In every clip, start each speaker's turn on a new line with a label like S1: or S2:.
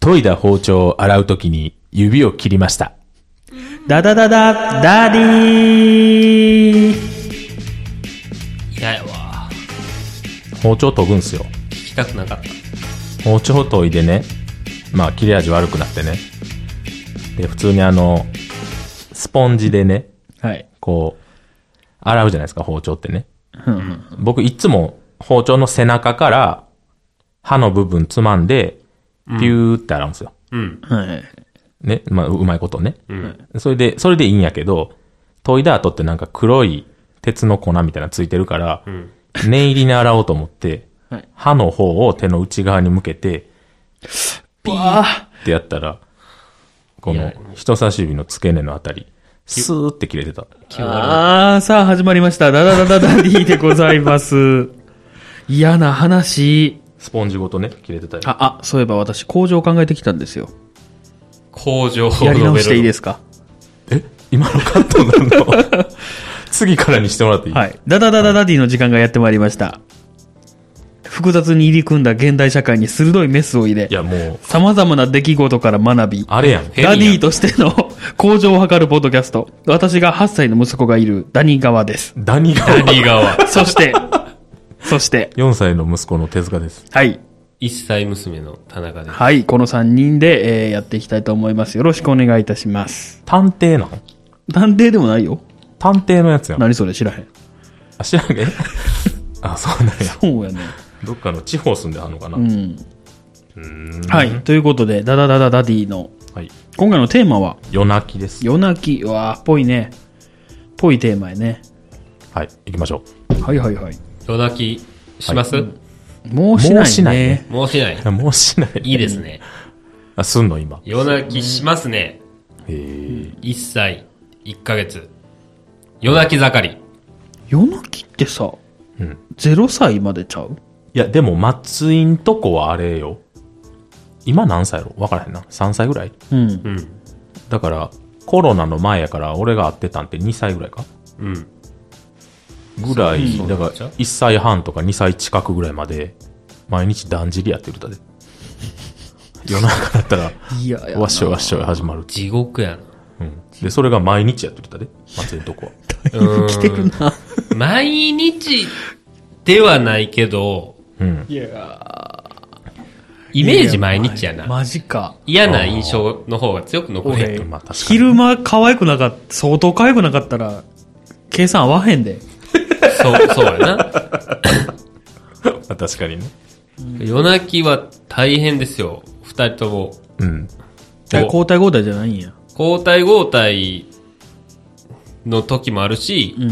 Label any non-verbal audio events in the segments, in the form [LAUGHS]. S1: 研いだ包丁を洗うときに指を切りました。ダダダダ、ダディー
S2: 嫌やわ。
S1: 包丁研ぐんすよ。
S2: 聞きたくなかった。
S1: 包丁研いでね、まあ切れ味悪くなってね。で、普通にあの、スポンジでね、
S3: はい。
S1: こう、洗うじゃないですか、包丁ってね。
S3: うんうん。
S1: 僕いつも包丁の背中から刃の部分つまんで、ピューって洗うんですよ。
S2: うん。
S3: はい。
S1: ね、まあ、うまいことね。
S2: うん。
S1: それで、それでいいんやけど、研いだ後ってなんか黒い鉄の粉みたいなのついてるから、
S2: ん
S1: 念入りに洗おうと思って、
S3: はい
S1: 歯の方を手の内側に向けて、
S3: ピー
S1: ってやったら、この人差し指の付け根のあたり、スーって切れてた。
S3: あー、さあ始まりました。ダダダダダデ [LAUGHS] ィでございます。嫌な話。
S1: スポンジごとね、切れてたよ。
S3: あ、あ、そういえば私、工場を考えてきたんですよ。
S2: 工場を述べ
S3: や
S2: る。
S3: り直していいですすか
S1: え今のカットなの次からにしてもらっていい、
S3: はい。ダダダダダディの時間がやってまいりました。複雑に入り組んだ現代社会に鋭いメスを入れ
S1: い、や、もう、
S3: 様々な出来事から学び、
S1: あれやん。
S2: え
S3: ダディとしての向上を図るポッドキャスト。私が8歳の息子がいるダニ側です。
S1: ダニが
S2: ダニ側。
S3: そして、 [LAUGHS] そして、
S1: 4歳の息子の手塚です。
S3: はい。
S2: 一歳娘の田中です。
S3: はい。この3人で、えーやっていきたいと思います。よろしくお願いいたします。
S1: 探偵なの
S3: 探偵でもないよ。
S1: 探偵のやつやん。
S3: 何それ知らへん。
S1: あ、知らん
S3: [LAUGHS]
S1: けあ、そうなんや。
S3: そうやね。
S1: どっかの地方住んではんのかな、
S3: うん。はい。ということで、ダダダダダディの、
S1: はい。
S3: 今回のテーマは、
S1: 夜泣きです。
S3: 夜泣き。うわーぽいね。ぽいテーマやね。
S1: はい。行きましょ
S3: はいはいはい。
S2: 夜泣きします、
S3: もうしないね。
S1: もうしないね。。
S2: もうしない
S1: [LAUGHS] もうしない。
S2: ういいですね。
S1: あ、すんの今。
S2: 夜泣きしますね。
S1: へー
S2: 一歳、一ヶ月。夜泣き盛り。
S3: 夜泣きってさ、
S1: うん。
S3: 0歳までちゃう
S1: いや、でも、松井んとこはあれよ。今何歳やろわからへんな。3歳ぐらい
S3: うん。
S2: うん。
S1: だから、コロナの前やから、俺が会ってたんって2歳ぐらいか
S2: うん。
S1: ぐらい、
S2: そう
S1: だから、
S2: そうなんちゃう
S1: 1歳半とか2歳近くぐらいまで、毎日だんじりやってるだで。夜中だったら、
S3: いやいや。
S1: わっしょいわっしょい始まる。
S2: 地獄やな。
S1: うん。で、それが毎日やって [LAUGHS] たで、松井のとこは。
S2: うん
S3: 来てるな。
S2: 毎日ではないけど、
S1: うん。
S3: いや
S2: イメージ毎日やな。
S3: マジか。
S2: 嫌な印象の方が強く残るや
S3: 俺
S2: ん。
S1: まあ確か、に
S3: 昼間可愛くなかった、相当可愛くなかったら、計算合わへんで。
S2: そう、そうやな。
S1: あ確かにね。
S2: 夜泣きは大変ですよ。二人とも。
S1: うん。
S2: お
S3: 交代交代じゃないんや。
S2: 交代交代の時もあるし、
S3: うん。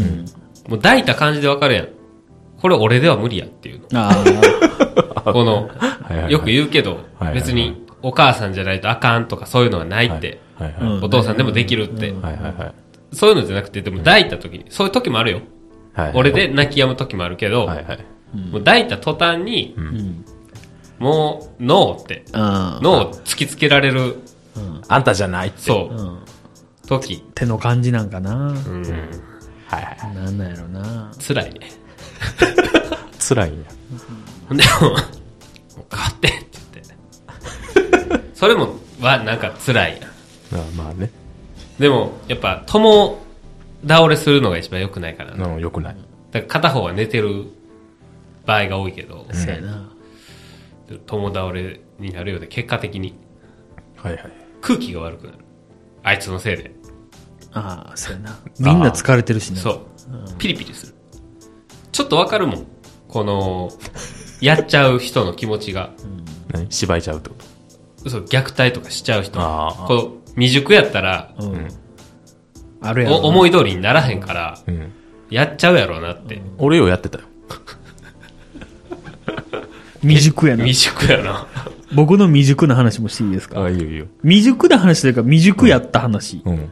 S2: もう抱いた感じでわかるやん。これ俺では無理やっていうの。
S3: あ
S2: この、
S1: いはいはい
S2: よく言うけ
S1: は
S2: ど
S1: いはいは、い
S2: 別にお母さんじゃないとあかんとかそういうのはないって。
S1: はいはい。
S3: あ。うん
S2: お父さんでもできるって。
S1: はいはいはい。
S2: そういうのじゃなくて、でも抱いた時に、そういう時もあるよ。
S1: はいはい
S2: 俺で泣き止む時もあるけど、
S1: はいはい。
S2: もう抱いた途端に、もう、ノーって、
S3: ああ。
S2: ノーを突きつけられる、
S1: あんたじゃないって。
S2: そうう、
S3: ん。
S2: 時。
S3: 手の感じなんかな。
S2: うん。
S1: はいはい。
S3: なんなんやろな。
S2: 辛いね。
S1: 辛いんや。
S2: ほんでも、も [LAUGHS] う変わってって言って。それも、は、なんか辛いやん。
S1: まあまあね。
S2: でも、やっぱ、共倒れするのが一番良くないかな。だか
S1: うん、よくない。
S2: ら片方は寝てる場合が多いけど、
S3: そうやな。
S2: 共倒れになるようで、結果的に
S1: はいはい。
S2: 空気が悪くなる。あいつのせいで。
S3: ああ、そうやな。みんな疲れてるしな。
S2: そう。ピリピリする。ちょっとわかるもん。この、やっちゃう人の気持ちが。
S1: 何芝居ちゃうってこと
S2: そう、虐待とかしちゃう人。
S1: あー
S2: こう、未熟やったら、
S3: う。うん。あるやろ
S2: お
S3: な。
S2: 思い通りにならへんから、
S1: うん。
S2: やっちゃうやろうなって。
S1: 俺よ、やってたよ。
S3: 未熟やな。
S2: 未熟やな。
S3: 僕の未熟な話もしていいですか
S1: あ、いいよいいよ。
S3: 未熟な話というか、未熟やった話。
S1: うん。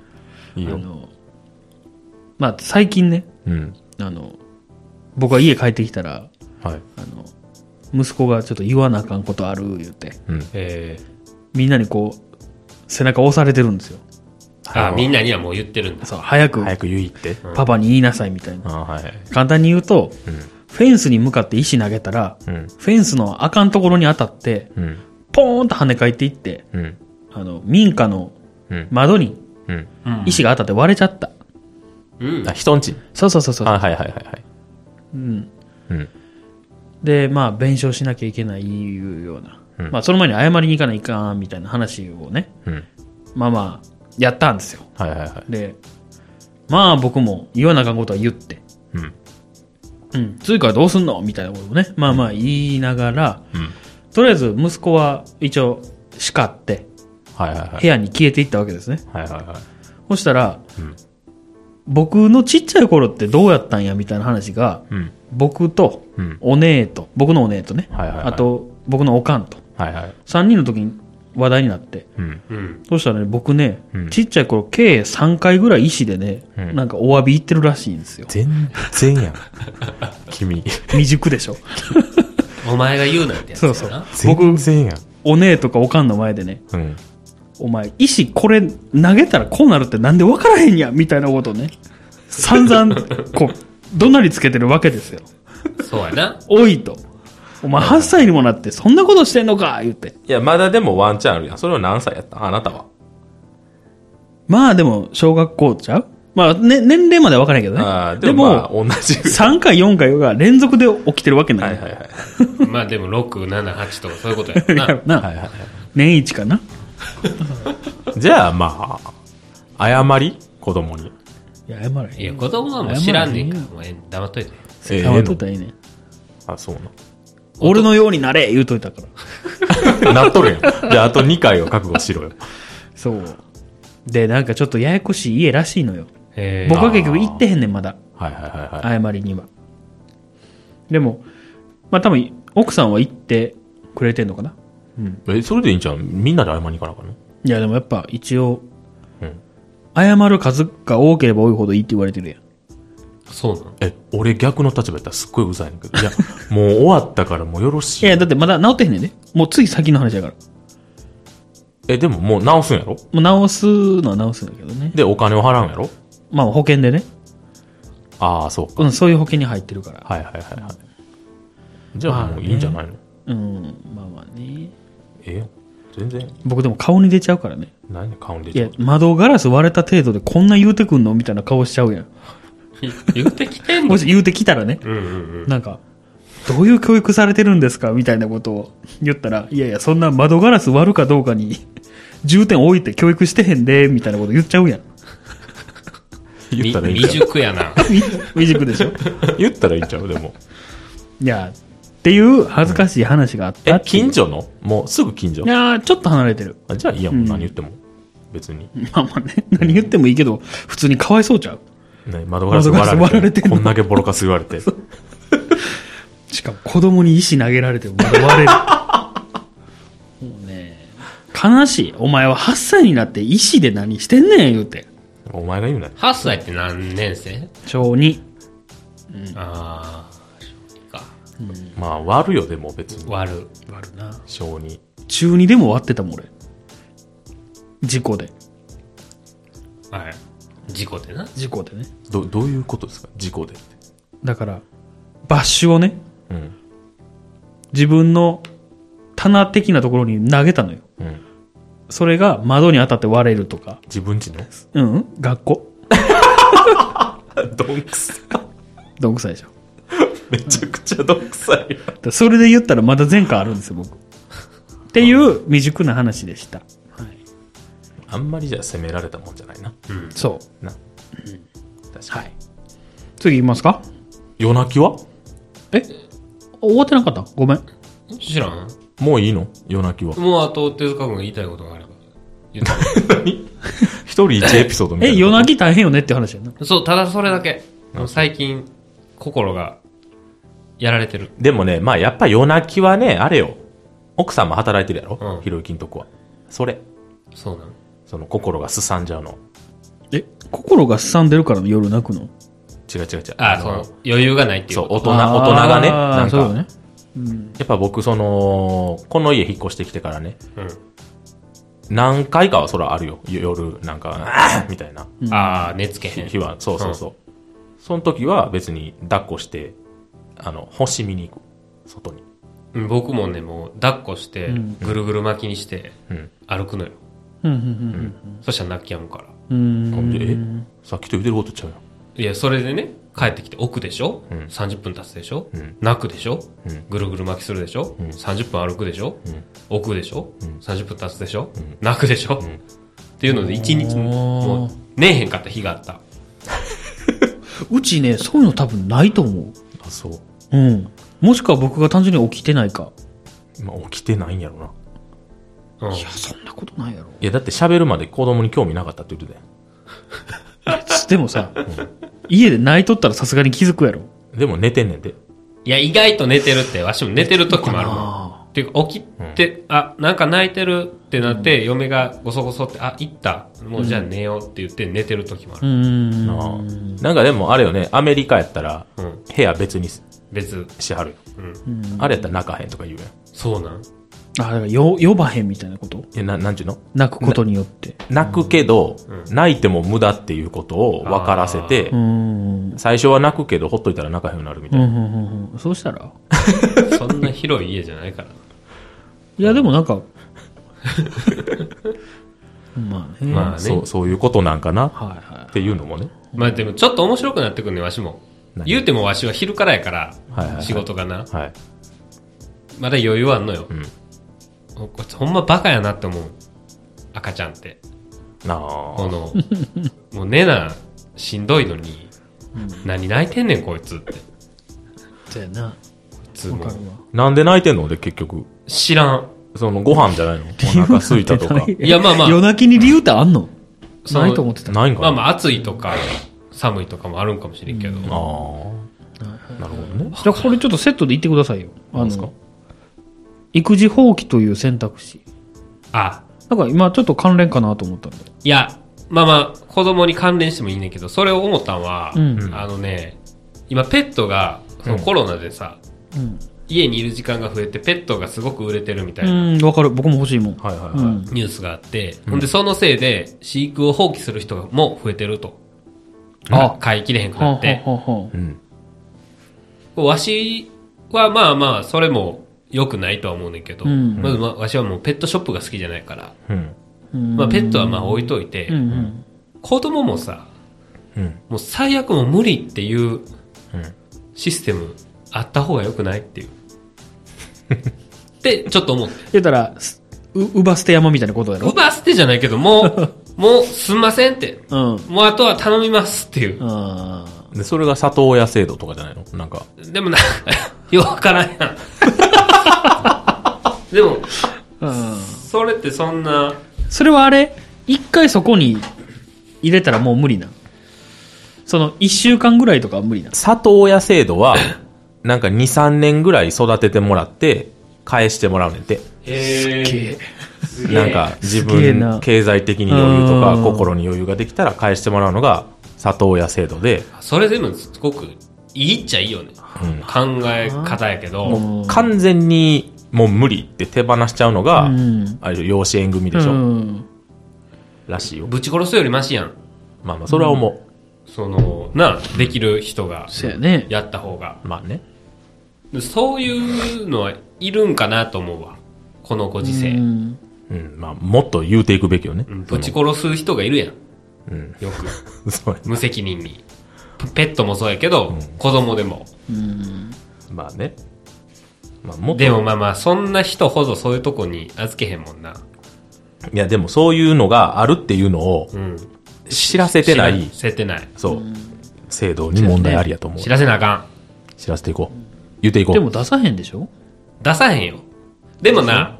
S1: いい
S3: あ
S1: よ。
S3: の、まあ、最近ね、
S1: うん。
S3: あの、僕は家帰ってきたら、
S1: はい。
S3: あの、息子がちょっと言わなあかんことある、言うて、
S1: うん。
S2: え
S3: みんなにこう、背中押されてるんですよ。
S2: ー、あ、みんなにはもう言ってるんだ。
S3: そう、早く、
S1: 早く言いって。
S3: パパに言いなさい、みたいな。
S1: あはいはい。
S3: 簡単に言うと、
S1: うん
S3: フェンスに向かって石投げたら、
S1: うん。
S3: フェンスのあかんところに当たって、
S1: うん。
S3: ポーンと跳ね返っていって、
S1: うん。
S3: あの、民家の
S1: うん。
S3: 窓に
S1: うん。
S2: うん
S3: 石が当たって割れちゃった。
S2: うん
S1: あ、。人んち。
S3: そうそうそうそう。
S1: あ、はいはいはいはい。
S3: うん、
S1: うん。
S3: で、まあ、弁償しなきゃいけないいうような、
S1: うん
S3: まあ、その前に謝りに行かないかんみたいな話をね、
S1: うん。
S3: まあまあ、やったんですよ。
S1: はいはいはい。
S3: で、まあ、僕も言わなあかんことは言って、
S1: うん。
S3: うん、ついからどうすんのみたいなことをね、まあまあ言いながら、
S1: うん。
S3: とりあえず息子は一応叱って、
S1: はいはいは
S3: 部
S1: い。
S3: 屋に消えていったわけですね。
S1: はいはいはい。
S3: そしたら、
S1: うん
S3: 僕のちっちゃい頃ってどうやったんやみたいな話が、
S1: うん。
S3: 僕と
S1: うん。
S3: お姉と、僕のお姉とね、
S1: はいはいはい
S3: あと僕のおかんと、
S1: はいはい。
S3: 3人の時に話題になって、
S1: うん。
S2: うん。
S3: そしたらね、僕ね、
S1: うん
S3: ちっちゃい頃、計3回ぐらい医師でね、
S1: うん
S3: なんかお詫び言ってるらしいんですよ。
S1: 全然やん。君。
S3: 未熟で
S1: [LAUGHS]
S3: しょ。
S2: お前が言うなんてやつや
S3: そう
S2: な。
S3: [LAUGHS] そう。
S1: 全然やん。
S3: お姉とかおかんの前でね、
S1: うん。
S3: お前、医師これ投げたらこうなるってなんで分からへんや、みたいなことをね、散々、こう、怒鳴りつけてるわけですよ。
S2: そうやな。
S3: おいと。お前8歳にもなって、そんなことしてんのか言って。
S1: いや、まだでもワンチャンあるやん。それは何歳やったあなたは。
S3: まあでも、小学校ちゃうまあ、ね、年齢までは分からへんけどね。
S1: ああ、
S3: で
S1: でも、まあ、
S3: も、
S1: 同じぐらい。
S3: 3回、4回が連続で起きてるわけな
S1: はいいはいはい。
S2: まあでも、6、7、8とかそういうことや
S3: [LAUGHS]
S2: ろ
S3: いや
S2: な。
S3: な、
S1: はいはいは
S3: 年一かな。
S1: い。じゃあ、まあ、謝り子供に。
S3: いや、謝ら
S2: い
S3: へ
S2: や、
S3: ん。
S2: 子供はもう知らんねんから
S3: 謝、
S2: お前黙っといて。
S1: ええ
S3: 謝っと
S1: え
S3: いたらいいね。
S1: えのあ、そうな。
S3: 俺のようになれ言うといたから。
S1: なっとるやん。じゃあ、あと2回を覚悟しろよ。
S3: そう。で、なんかちょっとややこしい家らしいのよ。
S2: え
S3: 僕は結局行ってへんねん、まだ。
S1: はいはいはいはい。
S3: 謝りには。でも、まあ多分、奥さんは行ってくれてんのかな。
S1: え、それでいいんちゃうみんなで謝りに行かなあかんの
S3: いや、でもやっぱ一応、
S1: うん
S3: 謝る数が多ければ多いほどいいって言われてるやん。
S2: そうなの
S1: え、俺逆の立場やったらすっごいうざいねんだけど。いや、もう終わったからもうよろしい。
S3: いや、だってまだ治ってへんねんね。もうつい先の話やから。
S1: え、でももう直すんやろ
S3: もう治すのは治すんだけどね。
S1: で、お金を払うんやろ
S3: まあ保険でね。
S1: ああ、そうか。
S3: うん、そういう保険に入ってるから。
S1: はいはいはいはい。じゃあもういいんじゃないの、
S3: うん、まあまあね。
S1: ええよ全然、
S3: 僕でも顔に出ちゃうからね。
S1: 何で顔に
S3: い
S1: 出ちゃ
S3: や
S1: う、
S3: 窓ガラス割れた程度でこんな言うてくんのみたいな顔しちゃうやん。
S2: 言うてきてんの
S3: もし言うてきたらね、
S2: う
S3: [LAUGHS]
S2: んうん
S3: なんか、どういう教育されてるんですかみたいなことを言ったら、いやいや、そんな窓ガラス割るかどうかに重点置いて教育してへんで、みたいなこと言っちゃうやん。
S2: うん。
S1: 言ったらいいん
S2: 未
S1: ちゃ
S2: 熟やな。
S3: み未熟でしょ
S1: う [LAUGHS] 言ったらいいんちゃうでも。
S3: いや、っていう恥ずかしい話があった
S1: え
S3: っ、ていう
S1: 近所のもうすぐ近所
S3: いやーちょっと離れてる。
S1: あじゃあいいや、
S3: うんん
S1: 何言っても。別に。
S3: まあまあね、何言ってもいいけど、普通にかわいそうちゃう。
S1: ね、窓ガラス
S3: 窓ガラス
S1: 割られ
S3: 割られ
S1: て、
S3: てんの
S1: こんだけボロカス言われて。
S3: しかも子供に石投げられてもまだ割れる。もうね、悲しい。お前は8歳になって石で何してんねん言うて。
S1: お前が言うなよ。
S2: 8歳って何年生
S3: 小2。
S2: ああ、小児か。
S1: まあ、割るよ、でも別に。
S2: 割る。
S3: 割るな。
S1: 小に。
S3: 中2でも割ってたもん俺。事故で。
S2: はい。事故でな。
S3: 事故でね。
S1: ど、どういうことですか事故でって。
S3: だから、バッシュをね、
S1: うん。
S3: 自分の棚的なところに投げたのよ。
S1: うん。
S3: それが窓に当たって割れるとか。
S1: 自分ちの
S3: うん、うん、学校。
S1: [LAUGHS] どんくさい。
S3: どんくさいでしょ。
S1: めちゃくちゃどんくさい。
S3: だからそれで言ったらまだ前科あるんですよ、僕。っていう未熟な話でした。
S1: あんまりじゃあ責められたもんじゃないな。
S2: うん。
S3: そう。
S1: な。確かに。
S3: はい。次言いますか
S1: 夜泣きは
S3: え終わってなかったごめん。
S2: 知らん
S1: もういいの夜泣きは。
S2: もうあと手塚君が言いたいことがあれば。言って
S1: 一人一エピソードみたい
S3: え、
S1: な。
S3: 夜泣き大変よねって話やな。
S2: そう、ただそれだけ。最近、心が、やられてる。
S1: でもね、まあやっぱ夜泣きはね、あれよ。奥さんも働いてるや
S2: う
S1: ろ
S2: ん
S1: ひろゆきんとこは。それ。
S2: そうなの。
S1: その心がすさんじゃうの。
S3: え、心がすさんでるから夜泣くの
S1: 違う違う違う。
S2: ああ、そ
S1: の
S2: の、余裕がないっていう
S1: そう、
S2: こ
S1: 大
S2: と。
S1: 人、大人がね、
S3: あー
S1: なん
S3: そう
S1: か、
S3: だね。
S1: やっぱ僕、その、この家引っ越してきてからね、
S2: う
S1: 何回かはそらあるよ。夜、なんか、 [CLEARS THROAT] あーみたいな。
S2: ん。ああ、寝つけへん。
S1: 日は、そうそうそう。その時は別に抱っこして、あの、星見に行く。外に。
S2: うん僕もね、もう、抱っこして
S3: うん、
S2: ぐるぐる巻きにして、
S1: うん。
S2: 歩くのよ。
S3: うんうん
S2: そしたら泣き止むから。
S3: うんうん。
S1: えさっきと言うてることちゃうよ。
S2: いや、それでね、帰ってきて置くでしょ、
S1: うん
S2: ?30 分経つでしょ、
S1: うん
S2: 泣くでしょ、
S1: うん
S2: ぐるぐる巻きするでしょ、
S1: うん
S2: ?30 分歩くでしょ、
S1: うん
S2: 置くでしょ、
S1: うん
S2: ?30 分経つでしょ、
S1: うん
S2: 泣くでしょ、
S1: ん
S2: っていうので、一日、
S3: おー
S2: もう、寝えへんかった日があった。
S3: うちね、そういうの多分ないと思
S1: あ、そう。
S3: う。うん。もしくは僕が単純に起きてないか。
S1: まあ、起きてないんやろな。
S2: うん
S3: いや、そんなことないやろ。
S1: いや、だって喋るまで子供に興味なかったって言ってたよ。
S3: でもさ、家で泣いとったらさすがに気づくやろ。
S1: でも寝てんねんて。
S2: いや、意外と寝てるって、わしも寝てる時もあるもん。
S3: あ
S2: っていうか、起きて、あ、なんか泣いてるってなって、嫁がごそごそって、あ、行った。もうじゃあ寝ようって言って寝てる時もあ
S3: あ。う
S2: る。
S3: ん。
S1: なあなんかでもあれよね、アメリカやったら、
S2: うん。
S1: 部屋別にし
S2: 別。
S1: はるよ。
S2: うん。
S3: うん
S1: あれやったら泣かへんとか言うやん。い
S2: そうなん
S3: あ、だからよ呼ばへんみたいなこと
S1: や、ななんちゅうの
S3: 泣くことによって。
S1: 泣くけど、
S2: う
S1: 泣いても無駄っていうことを分からせて
S3: う、ん。うん
S1: 最初は泣くけど、ほっといたら泣かへんようになるみた
S3: う
S1: い
S3: ん
S1: な。
S3: うんうん。そうしたら
S2: そんな広い家じゃないからな。
S3: いや、でもなんか、まあね。
S2: まあね
S1: そう、そういうことなんかな
S3: はいは
S1: っていうのもね。
S2: まあでもちょっと面白くなってくるね、わしも。
S1: 何
S2: 言うてもわしは昼からやから、
S1: はいはいはい
S2: 仕事がな。
S1: はい。
S2: まだ余裕はあんのよ。
S1: うん。
S2: おこいつほんまバカやなって思う。赤ちゃんって。
S1: なあ
S2: こ。の、もう寝な、しんどいのに、何泣いてんねんこいつって。こ
S3: い。だよな。
S2: いつ
S3: わ
S2: も
S3: かるわ。
S1: なんで泣いてんの俺結局。
S2: 知らん。
S1: そのご飯じゃないのお腹空いたと
S3: [LAUGHS]
S1: か。
S2: いやまあまあ
S3: 夜泣きに理由ってあんの
S2: その
S3: ないと思ってた。
S1: ないんかな
S2: まあまあ暑いとか、寒いとかもあるんかもしれんけど。
S1: ああ。なるほどね。
S3: じゃあこれちょっとセットで言ってくださいよ。あ
S1: 何ですか
S3: の、育児放棄という選択肢。
S2: あ、
S3: なんか今ちょっと関連かなと思ったんで。
S2: いや、まあまあ、子供に関連してもいいねんけど、それを思ったんは、
S3: うん
S2: あのね、今ペットが、そのコロナでさ、
S3: うん。
S2: 家にいる時間が増えてペットがすごく売れてるみたいな
S3: うん、わかる。僕も欲しいもん。
S1: はいはいはい。
S3: うん。
S2: ニュースがあって、ほんでそのせいで飼育を放棄する人も増えてると。
S3: あ
S2: 飼いきれへんく
S3: はあ
S2: な
S3: は
S2: って。
S3: あはあ
S1: うん。
S2: わしはまあまあ、それも良くないとは思うねんけど、
S3: うん
S2: まずまあわしはもうペットショップが好きじゃないから、
S1: うん。
S3: うん
S2: まあペットはまあ置いといて、
S3: うんうん。
S2: 子供もさ、
S1: うん。
S2: もう最悪もう無理っていう
S1: うん。
S2: システムあった方が良くないっていう。って、ちょっと思って。
S3: 言ったら、すう、うば捨て山みたいなことやろ
S2: 奪わせてじゃないけど、
S1: [LAUGHS]
S2: もう、もうすんませんって。
S3: うん。
S2: もうあとは頼みますっていう。
S3: あ
S1: で、それが里親制度とかじゃないのなんか。
S2: でもなんか、よくわからんや
S1: [LAUGHS]
S2: ん。でも、
S3: あ。
S2: それってそんな、
S3: それはあれ、一回そこに入れたらもう無理な。その、一週間ぐらいとかは無理な。
S1: 里親制度
S3: [LAUGHS]
S1: は、なんか2、3年ぐらい育ててもらって、返してもらうねんて。
S2: へ
S3: え
S2: すげえ
S1: なんか、自
S3: すげえな
S1: 分、経済的に余裕とか、
S3: うん
S1: 心に余裕ができたら返してもらうのが、里親制度で、
S2: それでもすごく、いいっちゃいいよね。
S1: うん
S2: 考え方やけど、
S3: も
S1: 完全にもう無理って手放しちゃうのが、
S3: うん
S1: あれでしょ養子縁組でしょ、
S3: うん
S1: らしいよ。
S2: ぶち殺すよりマシやん。
S1: まあまあ、それは思う。
S2: その、なあ、できる人が、
S3: そうやね。
S2: やった方が。
S1: まあね。
S2: そういうのはいるんかなと思うわ。このご時世。
S3: うん
S1: うん、まあ、もっと言うていくべきよね。
S2: うんぶち殺す人がいるやん。
S1: うん。
S2: よ
S1: [LAUGHS]
S2: く。
S1: そう
S2: 無責任に。ペットもそうやけど、子供でも。
S3: うん
S1: まあね。まあ、もっと
S2: でもまあまあ、そんな人ほどそういうとこに預けへんもんな。
S1: いや、でもそういうのがあるっていうのを
S2: うん。
S1: 知らせてない、
S2: 知らせてない。
S1: そう、制度に問題ありやと思う。
S2: 知らせなあかん。
S1: 知らせていこう。言っていこう。
S3: でも出さへんでしょ
S2: 出さへんよ。でもな、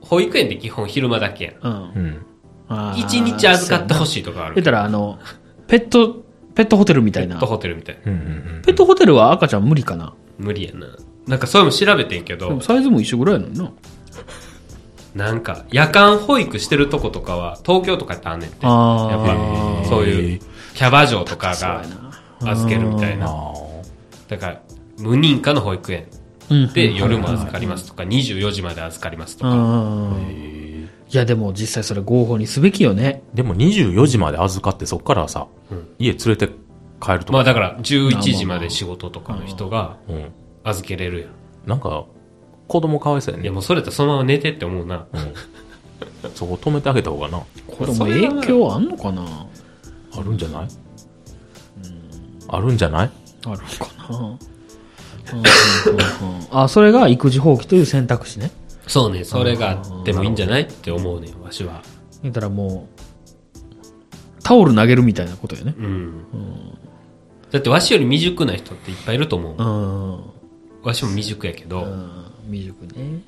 S2: 保育園で基本昼間だけやん。
S3: うん
S1: うん。
S3: あー
S2: 一日預かってほしいとかあ
S3: 言っ
S2: る。
S3: たら、あの、ペット、ペットホテルみた
S2: ペ
S3: いな。
S2: ットホテルみたいな。
S1: うんうんうん。
S3: ペットホテルは赤ちゃん無理かな。
S2: 無理やな。なんかそういうの調べてんけ
S3: で
S2: ど
S3: も、サイズも一緒ぐらいなのにな。
S2: なんか夜間保育してるとことかは東京とかってあんねんって。やっ
S3: あー
S2: ぱそういうキャバ嬢とかが預けるみたい
S1: あ
S2: な。
S1: あ。
S2: だから無認可の保育園
S3: うん
S2: で夜も預かりますとか24時まで預かりますとか。
S3: うんいや、でも実際それ合法にすべきよね。
S1: でも24時まで預かってそっからさ、
S2: うん
S1: 家連れて帰るとか。
S2: まあだから11時まで仕事とかの人が
S1: うん。
S2: 預けれるやん。
S1: なんか、子供かわいそうや
S2: いや
S1: ね。
S2: もうそれやったらそのまま寝てって思うな。
S1: そこ止めてあげた方がな。
S3: これも影響あんのかな
S1: あるんじゃないあるんじゃない
S3: あるのかなうんうんうんうんあ、それが育児放棄という選択肢ね。
S2: そうね、それがあってもいいんじゃないって思うねん、わしは。
S3: 言ったらもう、タオル投げるみたいなことよね。
S2: うん。だってわしより未熟な人っていっぱいいると思う
S3: う。ん。うん
S2: わしも未熟やけど、
S3: 未熟ね。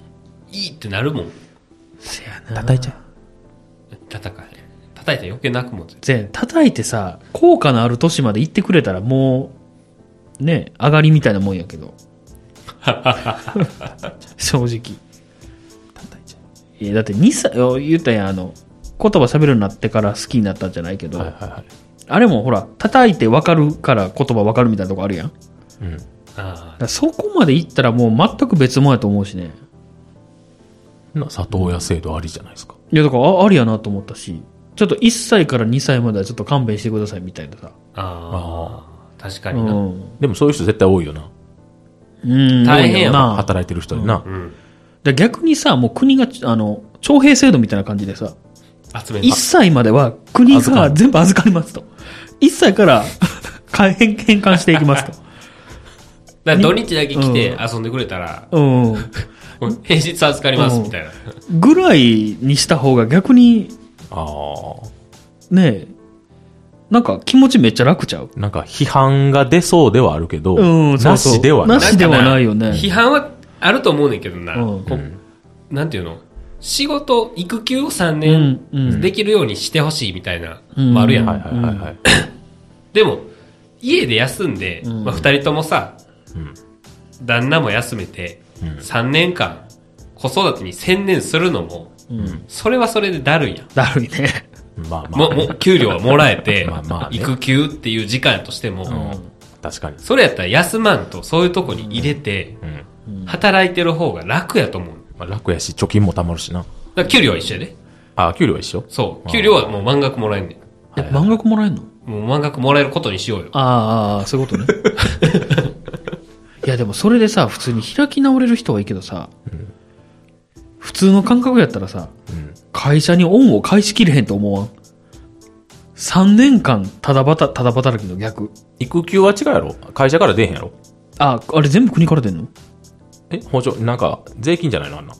S2: いいってなるもん。
S3: せやな。
S1: 叩いちゃ
S2: 叩かへん。叩いたら余計泣くもん。
S3: せや叩いてさ、効果のある年まで行ってくれたらもう、ね、上がりみたいなもんや
S2: [LAUGHS]
S3: けど。正直。
S1: 叩いちゃ
S3: えだって2歳、お言ったやん、あの、言葉喋るようになってから好きになったんじゃないけど、
S1: はいはいはい。
S3: あれもほら、叩いて分かるから言葉分かるみたいなとこあるやん。だか
S1: うん。
S2: ああ、
S3: らそこまで行ったらもう全く別物やと思うしね。
S1: な里親制度ありじゃないですか。
S3: いや、だからあありやなと思ったし、ちょっと1歳から2歳まではちょっと勘弁してくださいみたいなさ。
S2: ああ、確か
S3: う
S2: にな。
S3: ん。
S1: でもそういう人絶対多いよな。
S3: うん、
S2: 大変やわ
S3: な。だか
S1: 働いてる人にな
S2: う。ん。
S3: ら逆にさ、もう国が、あの、徴兵制度みたいな感じでさ、
S2: 集め
S3: 1歳までは国
S1: 預か
S3: が
S1: る
S3: 全部預かりますと。1歳から [LAUGHS] 変え変換していきます [LAUGHS] と。
S2: だから土日だけ来て
S3: う
S2: 遊んでくれたら、
S3: うん。
S2: 平日預かりますみたいな。
S3: ぐらいにした方が逆に
S1: ああ。
S3: ねなんか気持ちめっちゃ楽ちゃう。
S1: なんか批判が出そうではあるけど、
S3: うんそう
S1: な
S3: そう
S1: しではない。
S3: なしではないよね
S2: んか批判はあると思うねんけどな。
S3: うん
S2: こうなんていうの仕事、育休を3
S3: うんうん
S2: 年できるようにしてほしいみたいな、
S3: うん
S2: もあるやん。
S1: はいはいはいはい。
S2: でも、家で休んで、
S3: うん
S2: まあ、2人ともさ、
S1: ん
S2: 旦那も休めて、
S1: うん
S2: 3年間、子育てに専念するのも、
S3: うん。
S2: それはそれでだるいやん。
S3: だ [LAUGHS] るいね。
S1: まあま
S2: も、
S1: あ、
S2: も、給料はもらえて
S1: [LAUGHS] まあまあ、ね
S2: 育休っていう時間やとしても、
S1: うん確かに。
S2: それやったら休まんと、そういうとこに入れて、
S1: うん。
S2: 働いてる方が楽やと思う。
S1: まあ、楽やし、貯金も貯まるしな。
S2: だから給料は一緒やで。
S1: あ、給料は一緒
S2: そう。給料はもう満額もらえんね
S3: え、満額もらえんの
S2: ん。もう満額もらえることにしようよ。
S3: あーあー、そういうことね。 [LAUGHS] いや、でもそれでさ、普通に開き直れる人はいいけどさ、普通の感覚やったらさ、
S1: うん。
S3: 会社に恩を返しきれへんと思わん。3年間、ただばた、ただ働きの逆。
S1: 育休は違うやろ会社から出へんやろ
S3: あ、あれ全部国から出んの
S1: え補助、なんか、税金じゃないのあんな。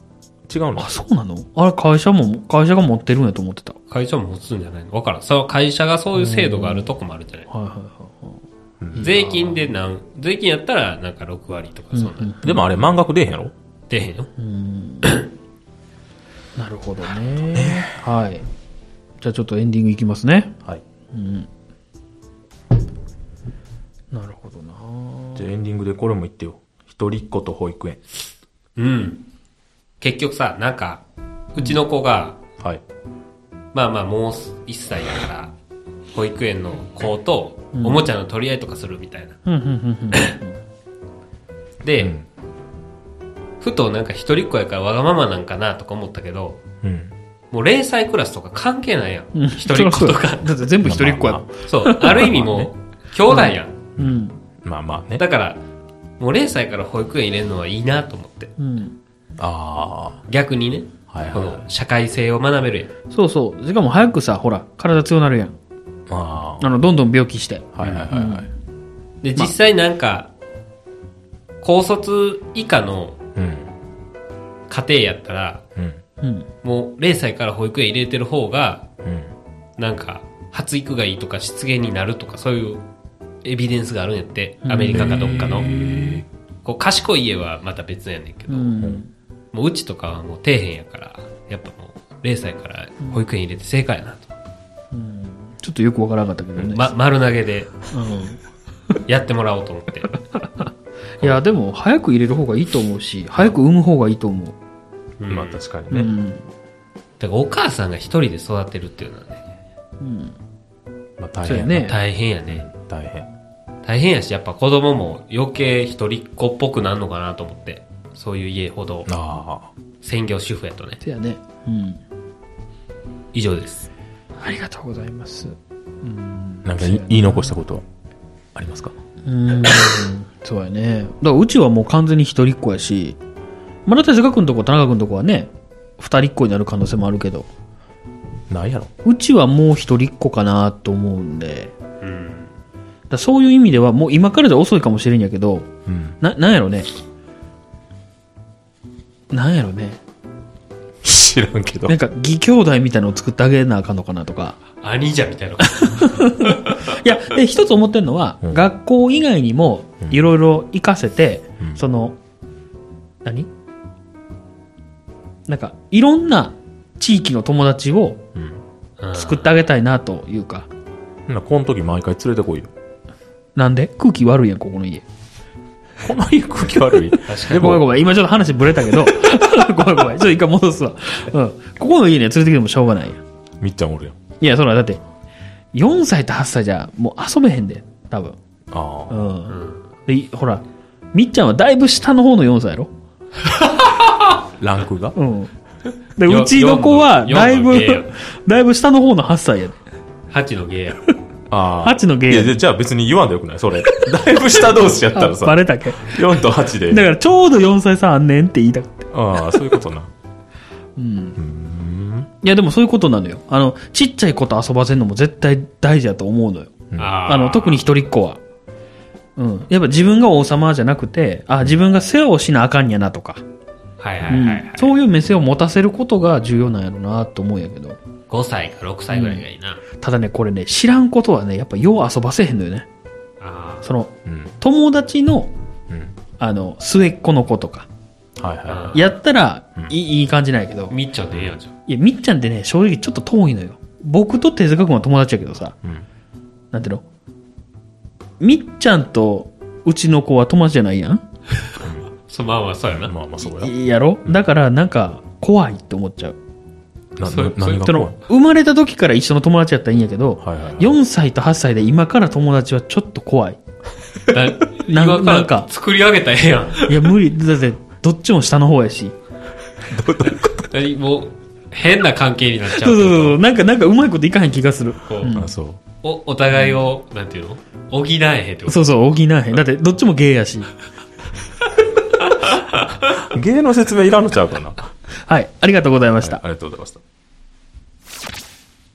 S1: 違うの
S3: あ、そうなのあれ会社も、会社が持ってるんやと思ってた。
S2: 会社も持つんじゃないのわからん。それは会社がそういう制度があるとこもあるじゃない。
S3: はいはいはいはい。
S2: 税金でなん、税金やったらなんか6割とかそんなに
S1: でもあれ満額出へんやろ
S2: 出へんよ。
S3: なるほどね。はい。じゃあちょっとエンディングいきますね。
S1: はい。
S3: なるほどな。
S1: じゃあエンディングでこれも言ってよ。一人っ子と保育園。
S2: うん。結局さ、なんか、うちの子が、
S1: はい。
S2: まあまあもう1歳やから、保育園の子とおもちゃの取り合いとかするみたいな。
S3: うんうんうん
S2: で、
S1: うん
S2: ふとなんか一人っ子やからわがままなんかなとか思ったけど、
S1: うん。
S2: もう0歳クラスとか関係ないやん。
S3: うん。
S2: 一人っ子とか。
S3: [LAUGHS] だって全部一人っ子や
S1: まあ
S3: もん。
S2: そう、ある意味もう、兄弟やん。
S3: うん。
S1: まあまあね。
S2: だから、もう0歳から保育園入れるのはいいなと思って。
S3: うん。
S1: あ
S2: 逆にね、
S1: あ。はい
S2: こ
S1: はいはい。
S2: の社会性を学べるやん。
S3: そうそう。しかも早くさ、ほら、体強なるやん。
S1: ま
S3: あの、どんどん病気して。
S1: あ。はいはいはいはい。
S2: で、実際なんか、高卒以下の
S1: うん。
S2: 家庭やったら、
S1: うん。
S3: うん。
S2: もう0歳から保育園入れてる方が、
S1: うん。
S2: なんか、発育がいいとか、失言になるとか、そういうエビデンスがあるんやって、アメリカかどっかの。
S1: へ
S2: こう、賢い家はまた別やねんけど、
S3: うん。
S2: もううちとかはもう底辺やから、やっぱもう0歳から保育園入れて正解やなと。
S3: ちょっとよくわからなかったけどね。
S2: ま、丸投げで
S3: うん。
S2: やってもらおうと思って。 [LAUGHS]
S3: いや、でも、早く入れる方がいいと思うし、早く産む方がいいと思
S2: う
S1: ー
S2: ん
S1: まあ確かに
S3: う。
S1: ね。
S3: うん。
S2: だからお母さんが一人で育てるっていうのはね、
S3: うん。
S1: まあ大
S3: そう
S1: 変や
S3: やね
S1: ね。
S2: 大変やね。
S1: 大変。
S2: 大変やし、やっぱ子供も余計一人っ子っぽくなるのかなと思って。そういう家ほど
S1: あ
S2: 専業主婦やとね。
S3: せやね。うん。
S2: 以上です。
S3: ありがとうございます。うん
S1: あ。なんかい言い残したことはありますか
S3: うーんそうやね。だからうちはもう完全に一人っ子やし、まだ哲学君とこ、田中君とこはね、二人っ子になる可能性もあるけど、
S1: ないやろ。
S3: うちはもう一人っ子かなと思うんで、
S2: うん。
S3: だからそういう意味ではもう今からじゃ遅いかもしれんやけど、
S1: うん。
S3: な、なんやろね。なんやろね。
S1: 知らんけど
S3: なんか、義兄弟みたいなのを作ってあげなあかんのかなとか。
S2: 兄者みたいな。
S3: いや、で、一つ思ってるのは、
S1: うん
S3: 学校以外にも、いろいろ活かせて、
S1: うん
S3: その、何なんか、いろんな地域の友達を
S1: うん。
S3: [LAUGHS]
S2: うん
S3: 作ってあげたいなというか。
S1: ほんならこの時毎回連れてこいよ。
S3: なんで空気悪いやん、ここの家。
S1: この家空気悪い。
S2: 確か
S3: え
S2: に。
S3: ごめんごめん。今ちょっと話ぶれた
S1: [LAUGHS]
S3: けど。 [LAUGHS] ごめんごめん。ちょっと一回戻すわ。うん。ここの家ね、連れてきてもしょうがないやん。
S1: みっちゃんおるやん。
S3: いや、そら、だって、4歳と8歳じゃ、もう遊べへんで、多分。
S1: あ
S3: う。
S1: あ。
S2: うんん
S3: で、いほら、みっちゃんはだいぶ下の方の4歳やろ
S1: ランクが
S3: [LAUGHS] うん。で、
S2: よ
S3: うちの子は、
S2: 四の
S3: だいぶ
S2: 四の芸や、
S3: だいぶ下の方の8歳やで。
S2: 八の芸やろ。
S1: ああ。
S3: 八の芸
S1: いやじゃあ、じゃあ別に言わんでよくないそれ。 [LAUGHS] だいぶ下同士やったら
S3: あ
S1: さ
S3: バ、レたけ。
S1: 4と8で。
S3: だから、ちょうど4歳さ、あんねんって言いたくて。
S1: ああ、そういうことな。
S3: いや、でもそういうことなのよ。あの、ちっちゃい子と遊ばせるのも絶対大事だと思うのよ。
S1: うん
S2: あー
S3: あの、特に一人っ子は。うん。やっぱ自分が王様じゃなくて、あ、自分が世話をしなあかんやなとか。
S2: はいはいはいはい。
S3: そういう目線を持たせることが重要なんやろなと思うんやけど
S2: 5歳か6歳ぐらいがいいな。
S3: ただねこれね知らんことはねやっぱよう遊ばせへんのよね
S2: あ
S3: その
S1: うん。
S3: 友達の
S1: うん。
S3: あの末っ子の子とか
S1: はいはいは
S2: あ。
S3: やったら
S1: うん
S3: いい,、いい感じなんやけど
S2: あ。みっちゃんでええやんじゃん。
S3: いやみっちゃんってね正直ちょっと遠いのよ僕と手塚君は友達やけどさ
S1: い。うん。
S3: なんていうのみっちゃんとうちの子は友達じゃないやん
S2: そまあまあ、そうやな。
S1: まあまあ、そうや。
S3: やろだからなんか怖いって思っちゃう
S1: な、
S2: そう
S1: な何が
S3: そ
S1: 怖い
S3: の生まれた時から一緒の友達やったらいいんやけど、
S1: はいはいはい
S3: 4歳と8歳で今から友達はちょっと怖い。
S2: だ
S3: なな
S2: 今か
S3: んから
S2: 作り上げたらええやん
S3: いや、無理。だって、どっちも下の方やし。
S2: だい。もう、変な関係になっちゃ
S3: そう
S2: う
S3: そう
S2: って
S3: そう
S2: こ
S3: なんか、なんかうまいこといかへん気がする。
S2: と。こう
S1: あ、そう。
S2: お、お互いを、なんていうの補えへんってこと。
S3: そうそう、補えへん。だって、どっちもゲイやし。
S1: [LAUGHS] 芸の説明いらんのちゃうかな。
S3: はい、ありがとうございました
S1: あ。りがとうございました。